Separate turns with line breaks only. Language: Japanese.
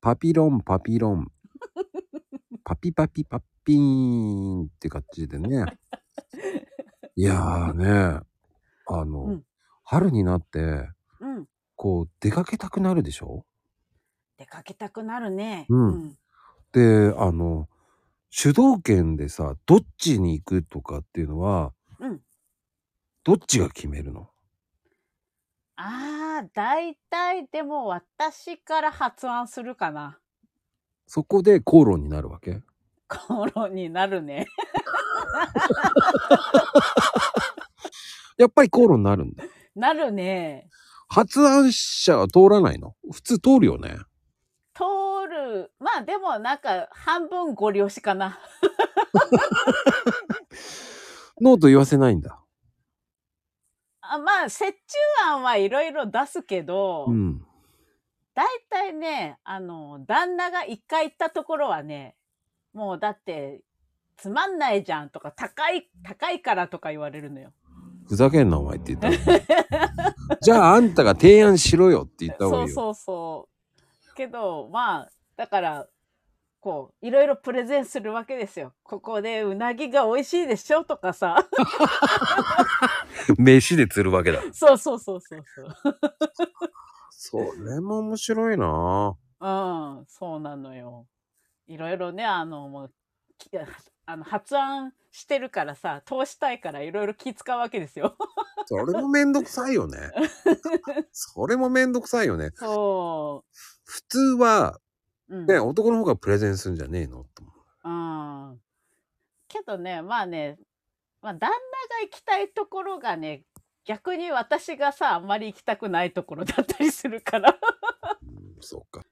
パピロンパピロン。パピパピパッピーンって感じで ね。いやーね、あの、
うん
春になって、
うん。
こう、出かけたくなるでしょ
出かけたくなるね。
うんで、あの、主導権でさ、どっちに行くとかっていうのは、
うん
どっちが決めるの
ああ、だいたいでも私から発案するかな。
そこで口論になるわけ
口論になるね。
やっぱり口論になるんだ。
なるね。
発案者は通らないの普通通るよね。
通る。まあでもなんか半分ご利用しかな。
ノーと言わせないんだ。
あまあ、折衷案はいろいろ出すけど、
うん。
だいたいね、あの、旦那が一回行ったところはね、もうだって、つまんないじゃんとか、高い、高いからとか言われるのよ。
ふざけんなお前って言ったのじゃああんたが提案しろよって言った方がい
そ
ういよ。
そうそう。けど、まあ、だから、こう、いろいろプレゼンするわけですよ。ここでうなぎが美味しいでしょと かさ。
飯で釣るわけだ。
そうそうそうそうそう。
それも面白いな
うん、そうなのよ。いろいろね、あの、もう、きあの発案してるからさ、通したいからいろいろ気使うわけ ですよ。
それもめんどくさいよね。それもめんどくさいよね。
そ
普通は、
う。うん。
ね、男の方がプレゼンするんじゃねえのと思う
うん。けどね、まあね、まあ、旦那が行きたいところがね、逆に私がさ、あんまり行きたくないところだったりするから。
うんそうか。